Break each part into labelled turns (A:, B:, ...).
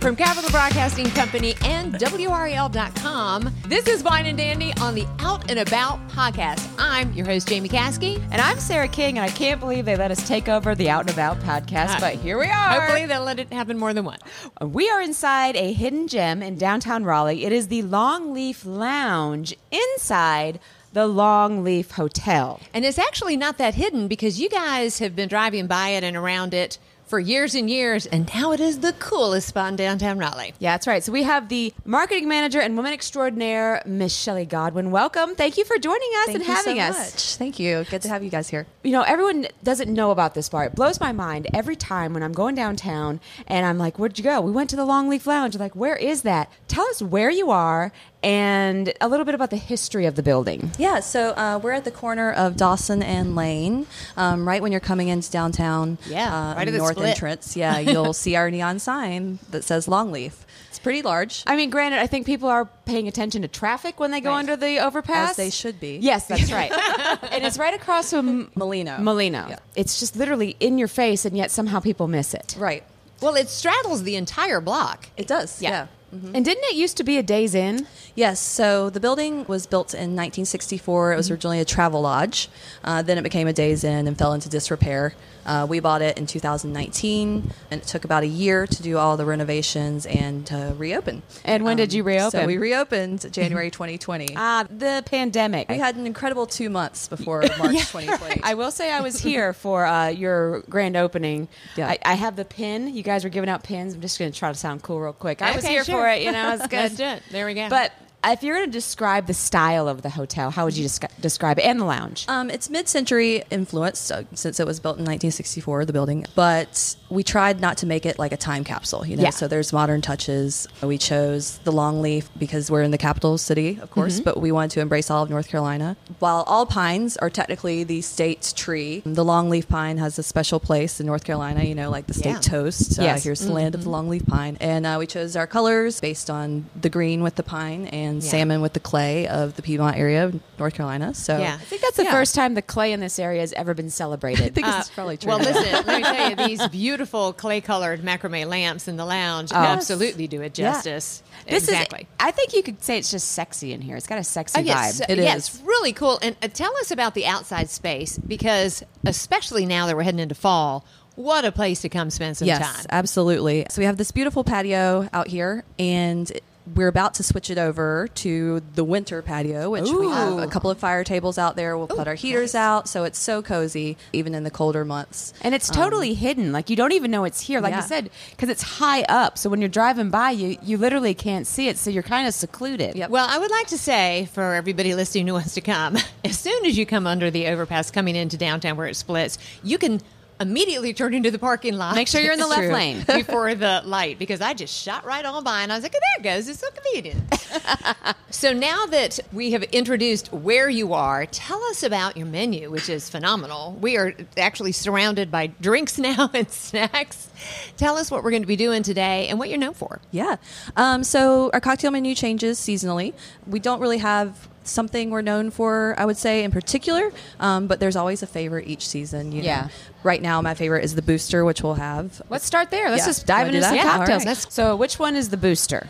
A: From Capital Broadcasting Company and WRL.com, this is Wine and Dandy on the Out and About podcast. I'm your host, Jamie Caskey.
B: And I'm Sarah King, and I can't believe they let us take over the Out and About podcast, but here we are.
A: Hopefully, they'll let it happen more than once.
B: We are inside a hidden gem in downtown Raleigh. It is the Longleaf Lounge inside the Longleaf Hotel.
A: And it's actually not that hidden because you guys have been driving by it and around it for years and years, and now it is the coolest spot in downtown Raleigh.
B: Yeah, that's right. So we have the marketing manager and woman extraordinaire, Miss Shelley Godwin. Welcome. Thank you for joining us and having us.
C: Thank you. Good to have you guys here.
B: you know, everyone doesn't know about this bar. It blows my mind every time when I'm going downtown and I'm like, where'd you go? We went to the Longleaf Lounge. Like, where is that? Tell us where you are and a little bit about the history of the building.
C: Yeah, so uh, we're at the corner of Dawson and Lane, um, right when you're coming into downtown.
A: Yeah,
C: uh,
A: right at the
C: north
A: split.
C: entrance. Yeah, you'll see our neon sign that says Longleaf. It's pretty large.
B: I mean, granted, I think people are paying attention to traffic when they go under the overpass.
C: As they should be.
B: Yes, that's right. and it's right across from
C: Molino.
B: Molino.
C: Yeah.
B: It's just literally in your face, and yet somehow people miss it.
C: Right.
A: Well, it straddles the entire block.
C: It does. yeah. Mm-hmm.
B: And didn't it used to be a Days Inn?
C: Yes, so the building was built in 1964. It was originally a travel lodge. Uh, then it became a Days Inn and fell into disrepair. Uh, we bought it in 2019, and it took about a year to do all the renovations and to reopen. Um,
B: And when did you reopen?
C: So we reopened January 2020.
B: Ah, the pandemic.
C: we had an incredible two months before March 2020.
B: I will say I was here for uh, your grand opening.
C: Yeah.
B: I, I have the pin. You guys were giving out pins. I'm just going to try to sound cool real quick. I was
A: Okay,
B: here
A: sure.
B: for it. You know, it's good.
A: Let's do it. There we go.
B: But if you're going to describe the style of the hotel, how would you descri- describe it and the lounge?
C: Um, it's mid-century influenced uh, since it was built in 1964, the building. But we tried not to make it like a time capsule, you know.
B: Yeah.
C: So there's modern touches. We chose the long leaf because we're in the capital city, of
B: Mm-hmm.
C: course, but we wanted to embrace all of North Carolina. While all pines are technically the state's tree, the long leaf pine has a special place in North Carolina. You know, like the state
A: Yeah.
C: toast. Uh,
B: Yes. Mm-hmm.
C: Here's the land of the long leaf pine, and uh, we chose our colors based on the green with the pine and salmon with the clay of the Piedmont area, of North Carolina. So
A: Yeah.
B: I think that's the
C: yeah.
B: first time the clay in this area has ever been celebrated. Uh,
C: think this is probably true.
A: Uh, Well, listen, let me tell you, these beautiful clay colored macrame lamps in the lounge absolutely do it
B: Yeah.
A: justice.
B: This
A: exactly.
B: is. I think you could say it's just sexy in here. It's got a sexy
A: Oh, yes,
B: vibe.
C: It
A: yeah,
C: is.
A: It's really cool. And uh, tell us about the outside space because, especially now that we're heading into fall, what a place to come spend some
C: yes,
A: time.
C: absolutely. So we have this beautiful patio out here, and we're about to switch it over to the winter patio, which we have a couple of fire tables out there. We'll put our heaters out, so it's so cozy, even in the colder months.
B: And it's
A: Um,
B: totally hidden. Like you don't even know it's here. Like I
C: Yeah.
B: said, because it's high up. So when you're driving by, you you literally can't see it. So you're kind of secluded.
C: Yep.
A: Well, I would like to say for everybody listening who wants to come, as soon as you come under the overpass coming into downtown where it splits, you can immediately turn into the parking lot.
B: Make sure you're in the
A: It's
B: left lane.
A: before the light because I just shot right on by and I was like, oh, there it goes. It's so convenient. so now that we have introduced where you are, tell us about your menu, which is phenomenal. We are actually surrounded by drinks now and snacks. Tell us what we're going to be doing today and what you're known for.
C: Yeah. Um, so our cocktail menu changes seasonally. We don't really have something we're known for, I would say, in particular, um, but there's always a favorite each season. You know.
B: Yeah.
C: Right now, my favorite is the booster, which we'll have.
B: Let's start there. Let's
C: Yeah.
B: just dive
C: Wanna do
B: into some
C: that? All
B: cocktails.
C: right.
B: So which one is the booster?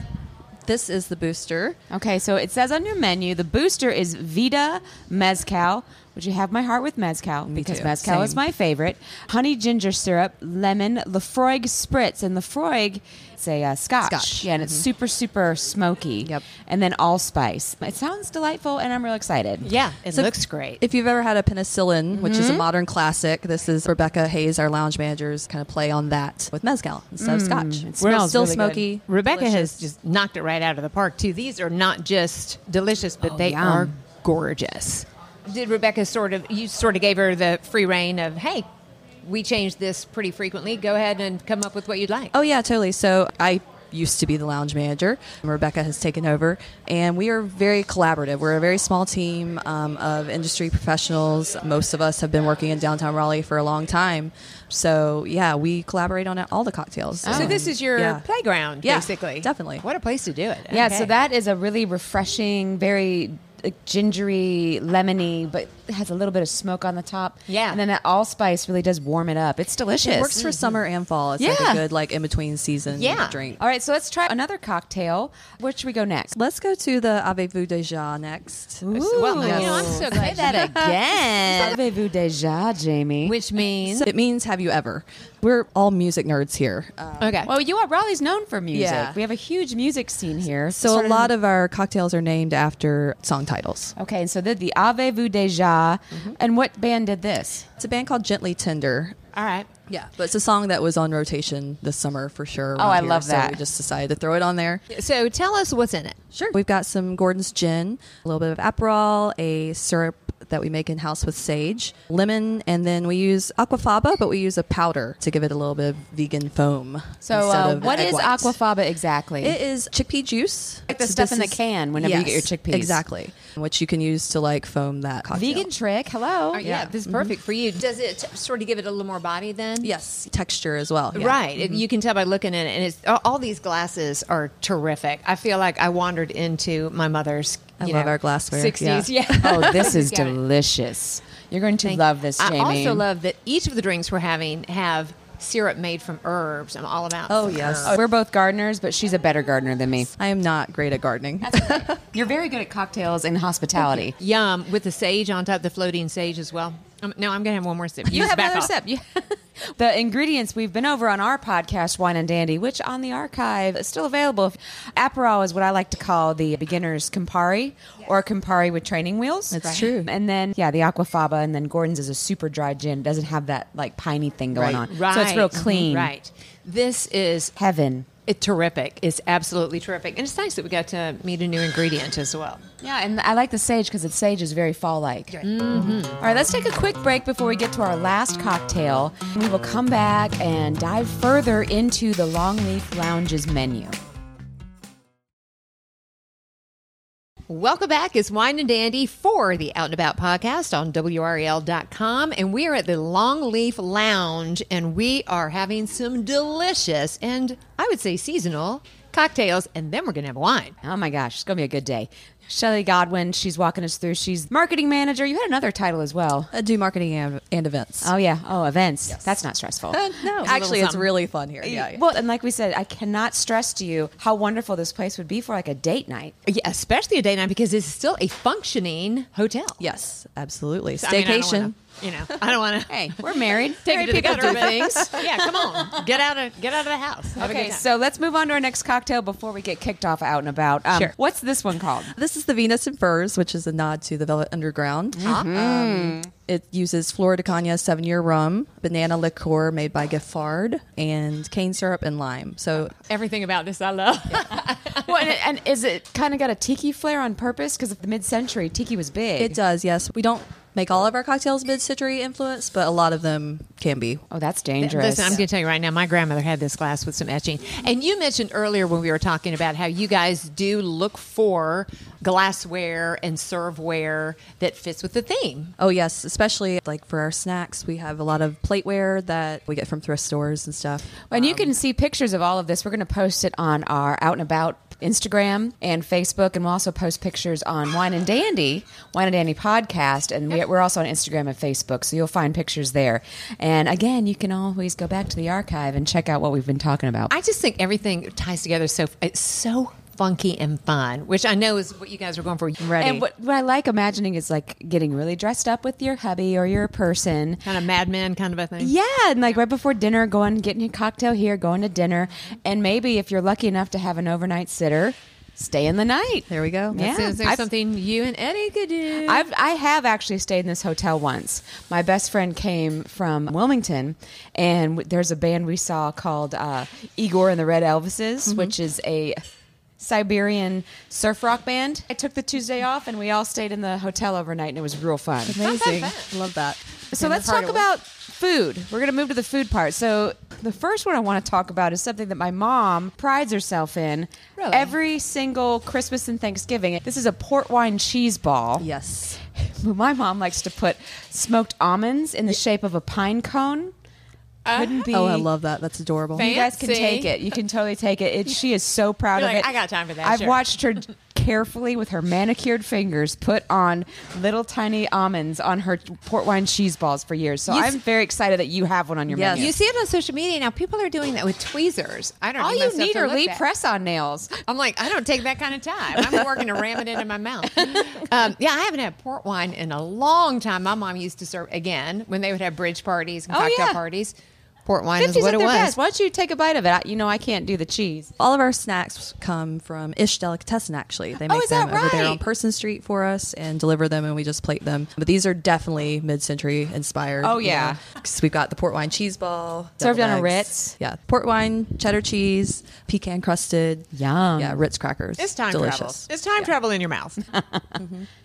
C: This is the booster.
B: Okay, so it says on your menu the booster is Vita Mezcal. Would you have my heart with Mezcal? because
C: too.
B: Mezcal is
C: Same.
B: my favorite. Honey ginger syrup, lemon, Lefroy spritz, and Lefroy, it's a uh, scotch. Mm-hmm.
C: Scotch.
B: Yeah, and it's super, super smoky.
C: Yep.
B: And then allspice. It sounds delightful, and I'm real excited.
A: Yeah, it
C: So
A: looks great.
C: If you've ever had a penicillin, which is a
A: Mm-hmm.
C: modern classic, this is Rebecca Hayes, our lounge manager's kind of play on that with mezcal instead
A: Mm,
C: of scotch. It's
B: smells
C: still
B: really good.
C: smoky.
A: Rebecca
C: delicious.
A: has just knocked it right out of the park too. These are not just delicious, but they
B: yum.
A: are gorgeous. did Rebecca sort of you sort of gave her the free reign of hey, we change this pretty frequently. Go ahead and come up with what you'd like.
C: Oh yeah, totally. So I used to be the lounge manager. Rebecca has taken over, and we are very collaborative. We're a very small team um, of industry professionals. Most of us have been working in downtown Raleigh for a long time, so yeah, we collaborate on all the cocktails.
A: So
C: Um,
A: this is your
C: yeah.
A: playground,
C: Yeah,
A: basically.
C: definitely.
A: What a place to do it.
B: Yeah,
A: Okay.
B: so that is a really refreshing, very uh, gingery, lemony, but it has a little bit of smoke on the top.
A: Yeah.
B: And then that allspice really does warm it up. It's delicious. Mm. Mm-hmm.
C: It works for summer and fall. It's like
B: Yeah.
C: a good like in between season
A: Yeah.
C: drink.
B: All right, so let's try another cocktail. Where should we go next?
C: Let's go to the Avez-vous déjà next.
A: Well, you know, I'm so glad that
B: again. Avez-vous déjà, Jamie?
A: Which means
C: So it means have you ever? We're all music nerds here. Um,
A: okay.
B: well, you are Raleigh's known for music.
C: Yeah.
B: We have a huge music scene here.
C: so a lot of our cocktails are named after song titles.
B: Okay, and so the, the Avez-vous déjà, and what band did this?
C: It's a band called Gently Tender.
A: all right.
C: Yeah, but it's a song that was on rotation this summer for sure. around
B: Oh, I
C: here,
B: love
C: so
B: that.
C: we just decided to throw it on there.
A: So tell us what's in it.
C: Sure. We've got some Gordon's gin, a little bit of Aperol, a syrup that we make in house with sage, lemon, and then we use aquafaba, but we use a powder to give it a little bit of vegan foam.
B: So
C: instead
B: uh,
C: of
B: what
C: egg
B: is
C: white.
B: aquafaba exactly?
C: It is chickpea juice,
B: Like the
C: So
B: stuff
C: this
B: in the can whenever you get your chickpeas.
C: Exactly, which you can use to like foam that cocktail.
B: Vegan trick. Hello.
A: Oh, yeah. this is perfect for you. Does it sort of give it a little more body then?
C: Yes, texture as well. yeah.
A: Right.
B: Mm-hmm.
A: It- You can tell by looking at it. And it's, all- all these glasses are terrific. I feel like I wandered into my mother's.
C: I
A: you
C: love
A: know,
C: our glassware,
A: 60s. Yeah.
C: yeah.
B: oh, this is
A: Got it.
B: delicious. You're going to love this, Jamie.
A: I also love that each of the drinks we're having have syrup made from herbs. I'm all about
C: Oh,
A: some
C: yes.
A: herbs.
B: We're both gardeners, but she's a better gardener than me.
C: I am not great at gardening.
B: You're very good at cocktails and hospitality.
A: Yum. With the sage on top, the floating sage as well. Um, no, I'm going to have one more sip.
B: You
A: just
B: have
A: back
B: another
A: off.
B: sip. You- the ingredients we've been over on our podcast, Wine and Dandy, which on the archive is still available. Aperol is what I like to call the beginner's Campari or Campari with training wheels.
C: That's Right. true.
B: And then, yeah, the Aquafaba, and then Gordon's is a super dry gin. It doesn't have that like piney thing going on.
A: Right.
B: So it's real
A: Mhm.
B: clean.
A: Right. This is
B: Heaven.
A: It's terrific. It's absolutely terrific. And it's nice that we got to meet a new ingredient as well.
B: Yeah, and I like the sage because the sage is very fall like. All right, let's take a quick break before we get to our last cocktail. We will come back and dive further into the Longleaf Lounge's menu.
A: Welcome back. It's Wine and Dandy for the Out and About podcast on E WREL.com. And we are at the Longleaf Lounge and we are having some delicious and I would say seasonal cocktails. And then we're going to have wine.
B: Oh my gosh, it's going to be a good day. Shelly Godwin, she's walking us through. She's marketing manager. You had another title as well.
C: I do marketing and, and events.
B: Oh, yeah. Oh, events. That's not stressful.
C: no,
A: little
C: actually, it's
A: something.
C: really fun here. Yeah, yeah.
B: Well, and like we said, I cannot stress to you how wonderful this place would be for like a date night.
A: Yeah, especially a day night because it's still a functioning hotel.
C: yes, absolutely.
A: I mean, I don't
C: Staycation.
A: wanna- you know, I don't want to.
B: Hey, we're married.
A: Take it
B: Married
A: to the
B: people
A: gutter,
B: do
A: but-
B: things.
A: yeah, come on, get out of get out of the house. Have a good
B: Okay,
A: time.
B: so let's move on to our next cocktail before we get kicked off out and about. Um,
C: Sure.
B: What's this one called?
C: This is the Venus and Furs, which is a nod to the Velvet Underground. Um, it uses Flor de Caña seven year rum, banana liqueur made by Giffard, and cane syrup and lime. So
A: everything about this I love.
B: well, and, and is it kind of got a tiki flair on purpose? Because the mid-century tiki was big.
C: it does, yes. We don't make all of our cocktails mid century influence, but a lot of them can be.
B: Oh, that's dangerous.
A: Listen, I'm going to tell you right now, my grandmother had this glass with some etching. And you mentioned earlier when we were talking about how you guys do look for glassware and serveware that fits with the theme.
C: Oh yes, especially like for our snacks, we have a lot of plateware that we get from thrift stores and stuff.
B: And you can see pictures of all of this. We're going to post it on our out and about Instagram and Facebook, and we'll also post pictures on Wine and Dandy, Wine and Dandy podcast, and we, we're also on Instagram and Facebook, so you'll find pictures there. And again, you can always go back to the archive and check out what we've been talking about.
A: I just think everything ties together so it's so funky and fun, which I know is what you guys are going for. Ready.
B: And what, what I like imagining is like getting really dressed up with your hubby or your person.
A: kind of madman kind of a thing.
B: Yeah, and like right before dinner, going getting your cocktail here, going to dinner, and maybe if you're lucky enough to have an overnight sitter, stay in the night.
C: There we go.
B: Yeah,
A: So is there
B: I've-
A: something you and Eddie could do?
B: I've, I have actually stayed in this hotel once. My best friend came from Wilmington,
C: Mm-hmm.
B: and w- there's a band we saw called uh, Igor and the Red Elvises, which is a Siberian surf rock band. I took the Tuesday off and we all stayed in the hotel overnight and it was real fun.
C: Amazing. Love that.
B: So let's talk about food. We're going to move to the food part. So the first one I want to talk about is something that my mom prides herself in
C: Really?
B: every single Christmas and Thanksgiving. This is a port wine cheese ball.
C: Yes.
B: My mom likes to put smoked almonds in the shape of a pine cone. Couldn't be.
C: Oh, I love that. That's adorable.
B: You guys can
A: Fancy.
B: take it. You can totally take it. it she is so proud
A: You're
B: of
A: like,
B: it.
A: "I got time for that,
B: I've
A: sure."
B: watched her carefully with her manicured fingers put on little tiny almonds on her port wine cheese balls for years. So
A: You s-
B: I'm very excited that you have one on your
C: Yes.
B: menu.
A: You see it on social media now. People are doing that with tweezers. I don't.
B: All
A: even
B: you
A: myself
B: need
A: to
B: are
A: look
B: Lee
A: at.
B: press on nails.
A: I'm like, I don't take that kind of time. I'm working to ram it into my mouth. Um, yeah, I haven't had port wine in a long time. My mom used to serve again when they would have bridge parties and
B: Oh,
A: cocktail
B: yeah.
A: parties. Port wine is
B: 50s
A: what
B: at
A: it
B: their
A: was.
B: best. Why don't you take a bite of it? I, you know I can't do the cheese.
C: All of our snacks come from Ish Delicatessen, actually. They make
B: Oh, is
C: them
B: that
C: over there
B: right?
C: on Person Street for us and deliver them, and we just plate them. But these are definitely mid century inspired.
B: Oh, yeah.
C: Because we've got the port wine cheese ball.
B: Served
C: deviled
B: on a
C: eggs.
B: Ritz.
C: Yeah. Port wine, cheddar cheese, pecan crusted.
B: Yum.
C: Yeah, Ritz crackers.
A: It's time travel.
C: Delicious.
A: It's time travel in your mouth.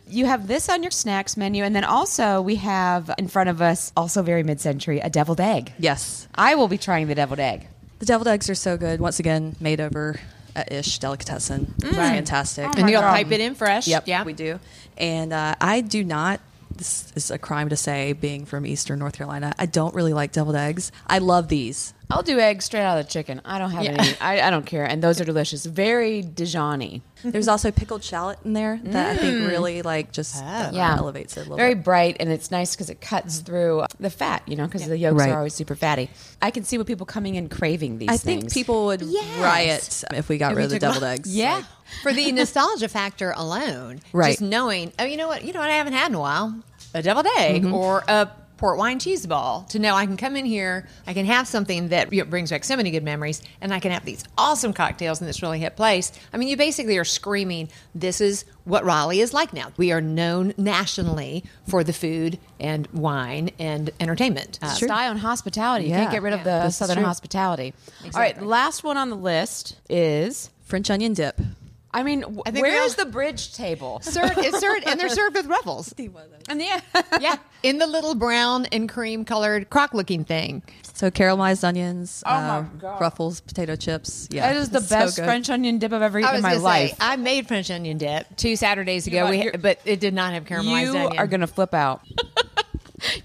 B: You have this on your snacks menu, and then also we have in front of us, also very mid-century, a deviled egg.
C: Yes.
B: I will be trying the deviled egg.
C: The deviled eggs are so good. Once again, made over at Ish Delicatessen.
B: Mm.
C: Fantastic.
B: Oh my
A: and you'll
B: God.
A: pipe it in fresh.
C: Yep,
A: Um, Yeah.
C: we do. And uh, I do not. This is a crime to say, being from Eastern North Carolina. I don't really like deviled eggs. I love these.
B: I'll do eggs straight out of the chicken. I don't have any. I, I don't care. And those are delicious. Very Dijon-y.
C: There's also pickled shallot in there that I
B: Mm.
C: think really like just uh,
B: Yeah.
C: elevates it a little
B: Very
C: bit.
B: bright, and it's nice because it cuts through the fat, you know, because the yolks
C: Right.
B: are always super fatty. I can see what people coming in craving these
C: I
B: things.
C: think people would
A: Yes.
C: riot if we got rid of the deviled eggs.
B: Yeah.
C: Like,
A: For the nostalgia factor alone,
C: Right.
A: just knowing, oh, you know what? You know what I haven't had in a while? A deviled egg
C: Mm-hmm.
A: or a port wine cheese ball. To know I can come in here, I can have something that you know, brings back so many good memories, and I can have these awesome cocktails in this really hip place. I mean, you basically are screaming, this is what Raleigh is like now. We are known nationally for the food and wine and entertainment. Uh,
C: true.
B: Style and hospitality. You
C: Yeah.
B: can't get rid of
C: Yeah,
B: the
C: that's
B: southern
C: true.
B: hospitality. All right, last one on the list is.
C: French onion dip.
B: I mean, w-
A: think
B: where
A: we all-
B: is the bridge table?
A: served, it's served, and they're served with ruffles.
B: And yeah,
A: Yeah, in the little brown and cream colored crock looking thing.
C: So caramelized onions,
B: Oh my
C: uh,
B: God.
C: ruffles, potato chips. Yeah,
B: that is the
C: it's so
B: best
C: good.
B: French onion dip I've ever
A: I
B: eaten
A: was
B: in my
A: gonna
B: life.
A: Say, I made French onion dip two Saturdays ago,
B: got-
A: we,
B: you're-
A: but it did not have caramelized
B: you
A: onion.
B: are going to flip out.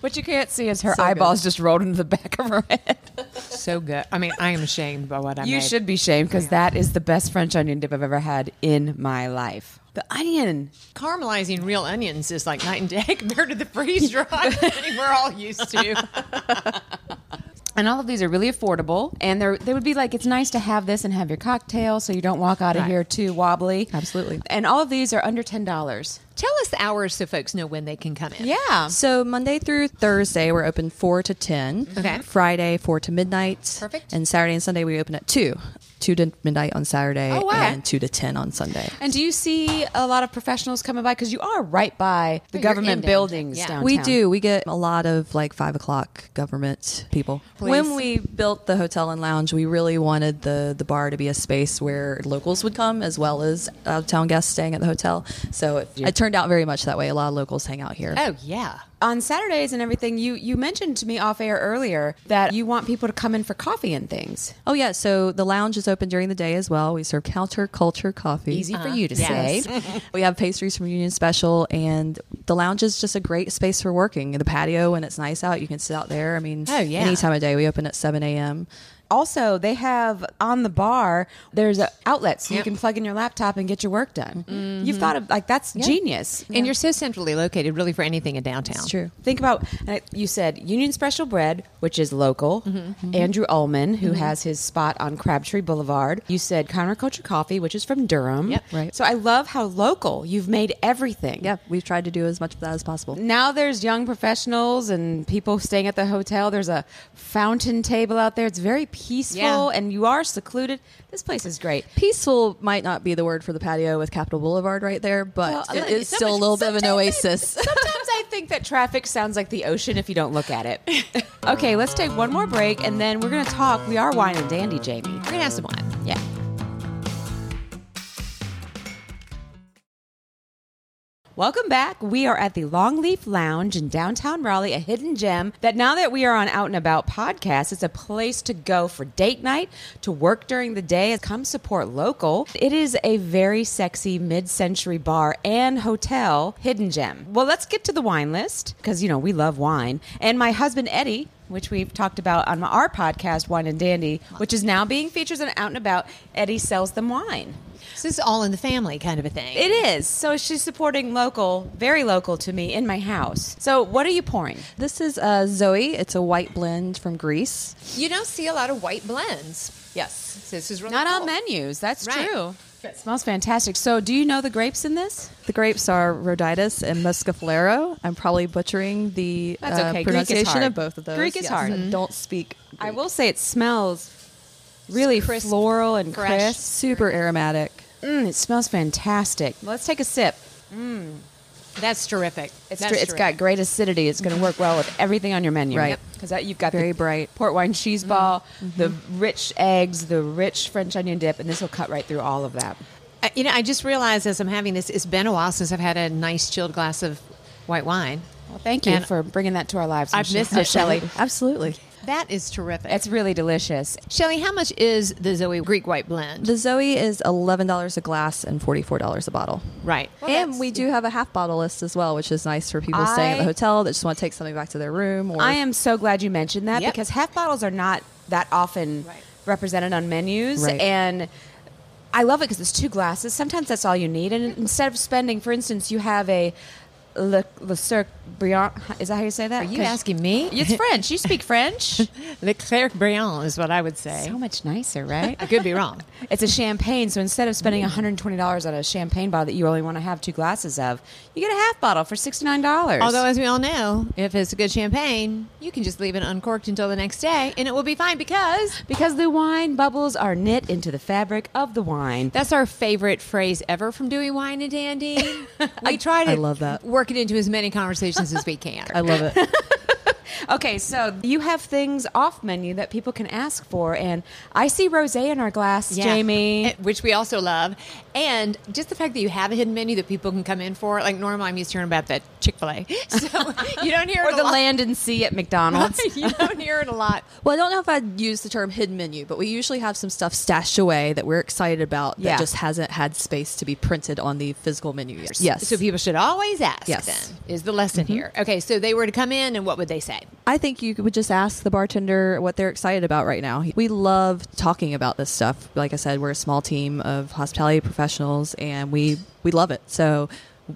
B: what you can't see is her
C: So good.
B: eyeballs just rolled into the back of her head.
A: so good. I mean, I am ashamed by what I
B: you
A: made.
B: should be shamed because that is the best French onion dip I've ever had in my life. The onion.
A: caramelizing real onions is like night and day compared to the freeze dried thing we're all used to.
B: And all of these are really affordable, and they're they would be like it's nice to have this and have your cocktail, so you don't walk out of
A: Right.
B: here too wobbly.
C: Absolutely.
B: And all of these are under ten dollars.
A: Tell us the hours so folks know when they can come in.
B: Yeah.
C: So Monday through Thursday, we're open four to ten.
A: Okay.
C: Friday four to midnight.
A: Perfect.
C: And Saturday and Sunday we open at two, two to midnight on Saturday,
B: Oh, wow.
C: and two to ten on Sunday.
B: And do you see a lot of professionals coming by because you are right by the
A: You're in
B: government
A: downtown.
B: buildings
A: Yeah.
B: downtown?
C: We do. We get a lot of like five o'clock government people. When we built the hotel and lounge, we really wanted the the bar to be a space where locals would come as well as out of town guests staying at the hotel. So it, it turned out very much that way. A lot of locals hang out here.
A: Oh yeah.
B: on Saturdays and everything, you you mentioned to me off air earlier that you want people to come in for coffee and things.
C: Oh yeah, so the lounge is open during the day as well. We serve counterculture coffee.
B: Easy for you to
A: yes.
B: say.
C: we have pastries from Union Special, and the lounge is just a great space for working. The patio, when it's nice out, you can sit out there. I mean,
A: Oh, yeah.
C: any time of day. We open at seven a.m.
B: Also, they have on the bar there's a outlet so you can plug in your laptop and get your work done.
C: Mm-hmm.
B: You've thought of like that's genius.
A: And you're so centrally located, really, for anything in downtown.
C: It's true.
B: Think about and I- you said Union Special Bread, which is local.
C: Mm-hmm.
B: Andrew Ullman, who has his spot on Crabtree Boulevard. You said Counterculture Coffee, which is from Durham.
A: Yep.
C: Right.
B: So I love how local you've made everything.
C: Yeah, we've tried to do as much of that as possible.
B: now there's young professionals and people staying at the hotel. There's a fountain table out there. It's very peaceful
A: Yeah.
B: and you are secluded. This place is great.
C: Peaceful might not be the word for the patio with Capitol Boulevard right there, but
B: Well,
C: it
B: sometimes-
C: is still a little bit of an
B: Uh, sometimes I-
C: oasis.
B: sometimes I think that traffic sounds like the ocean if you don't look at it. okay, let's take one more break and then we're going to talk. We are wine and dandy, Jamie.
A: We're gonna have some wine.
B: Yeah. Welcome back. We are at the Longleaf Lounge in downtown Raleigh, a hidden gem that now that we are on Out and About podcast, it's a place to go for date night, to work during the day, come support local. It is a very sexy mid century bar and hotel hidden gem. Well, let's get to the wine list because, you know, we love wine. And my husband, Eddie, which we've talked about on our podcast, Wine and Dandy, which is now being featured on Out and About. Eddie sells them wine.
A: So this is all in the family kind of a thing.
B: It is. So she's supporting local, very local to me in my house. So what are you pouring?
C: This is uh, Zoe. It's a white blend from Greece.
A: you don't see a lot of white blends. Yes, so this is really
B: Not
A: cool.
B: on menus. That's
A: Right.
B: true. It smells fantastic. So do you know the grapes in this?
C: The grapes are Rhoditis and Muscaflero. I'm probably butchering the
B: That's
C: uh,
B: okay. Greek is
C: pronunciation
B: hard.
C: of both of those.
B: Greek is hard.
C: I Don't speak.
B: I will say it smells really
A: crisp,
B: floral and
A: fresh.
B: crisp.
C: Super aromatic.
B: Mm, it smells fantastic. Let's take a sip.
A: That's terrific.
B: It's,
A: That's
B: tr- it's got
A: terrific.
B: great acidity. It's going to work well with everything on your menu,
C: Right. Yep.
B: Because you've got
C: Very
B: the
C: bright.
B: port wine cheese ball, the rich eggs, the rich French onion dip, and this will cut right through all of that.
A: Uh, you know, I just realized as I'm having this, it's been a while since I've had a nice chilled glass of white wine.
B: Well, thank you
A: And
B: for bringing that to our lives.
A: I've missed it, Shelley.
C: Absolutely.
A: That is terrific.
B: It's really delicious.
A: Shelly, how much is the Zoe Greek white blend?
C: The Zoe is $11 a glass and $44 a bottle.
A: right.
C: and we do have a half bottle list as well, which is nice for people staying at
B: I-
C: the hotel that just want to take something back to their room. Or
B: I am so glad you mentioned that
A: Yep.
B: because half bottles are not that often
A: Right.
B: represented on menus
C: Right.
B: and I love it because it's two glasses. Sometimes that's all you need, and instead of spending, for instance, you have a Le, Le Cirque Briand. Is that how you say that?
A: Are you
B: 'Cause-
A: asking me?
B: It's French. You speak French.
A: Leclerc Briand is what I would say.
B: so much nicer, right?
A: I could be wrong.
B: It's a champagne, so instead of spending
A: Mm.
B: $120 on a champagne bottle that you only want to have two glasses of, you get a half bottle for $69.
A: Although, as we all know, if it's a good champagne, you can just leave it uncorked until the next day and it will be fine because
B: because the wine bubbles are knit into the fabric of the wine.
A: that's our favorite phrase ever from Dewey Wine and Dandy. We try to
C: I love that.
A: work it into as many conversations as we can.
C: I love it.
B: Okay, so you have things off menu that people can ask for, and I see rosé in our glass,
A: Yeah.
B: Jamie.
A: Eh, Which we also love. And just the fact that you have a hidden menu that people can come in for. Like, normally I'm used to hearing about that Chick fil A. So you don't hear
B: or
A: it a
B: the
A: lot.
B: land and sea at McDonald's.
A: you don't hear it a lot.
C: well, I don't know if I'd use the term hidden menu, but we usually have some stuff stashed away that we're excited about that
B: Yeah.
C: just hasn't had space to be printed on the physical menu yet. Yes.
A: So people should always ask
C: Yes.
A: then, is the lesson
B: Mm-hmm.
A: here. Okay, so they were to come in and what would they say?
C: I think you would just ask the bartender what they're excited about right now. We love talking about this stuff. Like I said, we're a small team of hospitality professionals and we we love it. So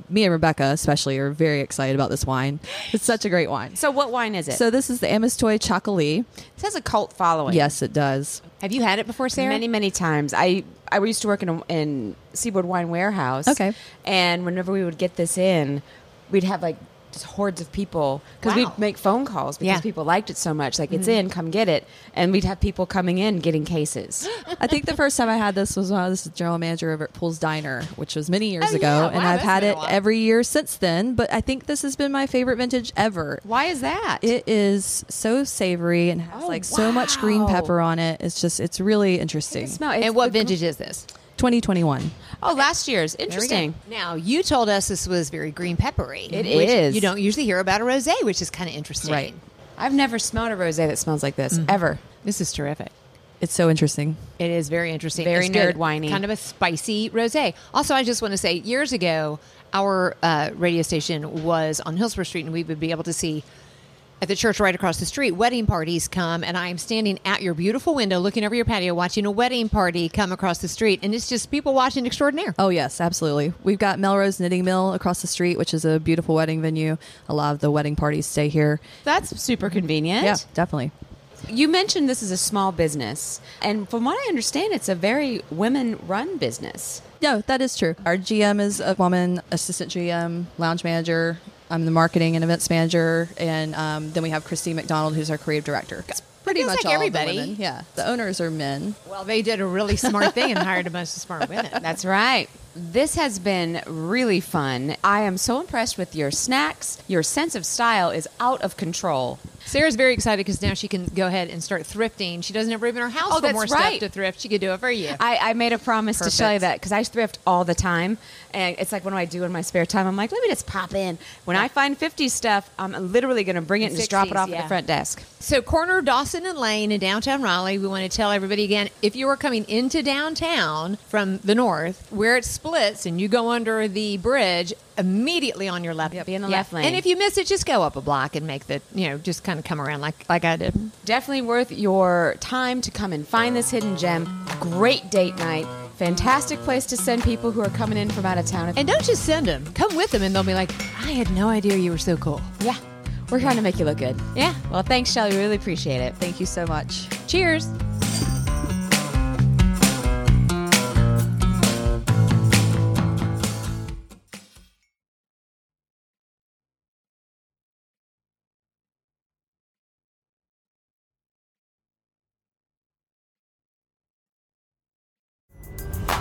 C: me and Rebecca especially are very excited about this wine. It's such a great wine.
B: so, what wine is it?
C: So this is the Amistoy Chocolat.
B: this has a cult following.
C: Yes, it does.
A: Have you had it before, Sarah?
B: Many, many times. I I used to work in a, in Seaboard Wine Warehouse.
C: Okay.
B: And whenever we would get this in, we'd have like just hordes of people because
A: Wow.
B: we'd make phone calls because
A: Yeah. Mm-hmm.
B: people liked it so much. Like it's in, come get it, and we'd have people coming in getting cases.
C: I think the first time I had this was when I was the general manager over at Pools Diner, which was many years
A: Oh,
C: ago,
A: yeah.
C: and
A: Wow, that's
C: I've had
A: been a
C: it
A: while.
C: every year since then. But I think this has been my favorite vintage ever.
B: Why is that?
C: It is so savory and has
B: Oh,
C: like so much green
B: wow.
C: pepper on it. It's just it's really interesting.
B: smell. It's
A: and what
B: the-
A: vintage is this?
C: 2021.
B: Oh, last year's interesting.
A: Now, you told us this was very green peppery. It is.
B: is.
A: You don't usually hear about a rosé, which is kind of interesting.
C: Right.
B: I've never smelled a rosé that smells like this
A: Mm-hmm.
B: ever.
A: This is terrific.
C: It's so interesting.
A: It is very interesting.
B: Very
A: It's good.
B: nerd whiny.
A: Kind of a spicy rosé. Also, I just want to say, years ago, our uh, radio station was on Hillsborough Street, and we would be able to see at the church right across the street wedding parties come. And I am standing at your beautiful window, looking over your patio, watching a wedding party come across the street, and it's just people watching extraordinaire.
C: Oh yes, absolutely. We've got Melrose Knitting Mill across the street, which is a beautiful wedding venue. A lot of the wedding parties stay here.
B: That's super convenient.
C: Yeah, definitely.
B: You mentioned this is a small business, and from what I understand, it's a very women-run business.
C: No, that is true. Our GM is a woman, assistant GM, lounge manager. I'm the marketing and events manager, and um, then we have Christine McDonald, who's our creative director. It's pretty
A: feels like
C: much all the
A: everybody.
C: women. Yeah, the owners are men.
A: Well, they did a really smart thing and hired a bunch of smart women.
B: That's right. This has been really fun. I am so impressed with your snacks. Your sense of style is out of control.
A: Sarah's very excited because now she can go ahead and start thrifting. She doesn't have room in her house
B: Oh,
A: for
B: that's
A: more
B: right.
A: stuff to thrift. She could do it for you.
B: I, I made a promise
A: Perfect.
B: to Shelly that because I thrift all the time, and it's like what do I do in my spare time? I'm like, let me just pop in. When I find 50 stuff, I'm literally going to bring it and just drop it
A: 60s,
B: off at
A: yeah.
B: the front desk.
A: So, corner of Dawson and Lane in downtown Raleigh. We want to tell everybody again if you are coming into downtown from the north, where it splits and you go under the bridge, immediately on your left.
B: Yep, be in the left lane.
A: And if you miss it, just go up a block and make the, you know, just kind of come around like, like I did.
B: Definitely worth your time to come and find this hidden gem. Great date night. Fantastic place to send people who are coming in from out of town.
A: And don't just send them, come with them, and they'll be like, I had no idea you were so cool.
B: yeah, we're trying to make you look good.
A: Yeah.
B: Well, thanks, Shelly. We really appreciate it.
C: Thank you so much.
A: Cheers.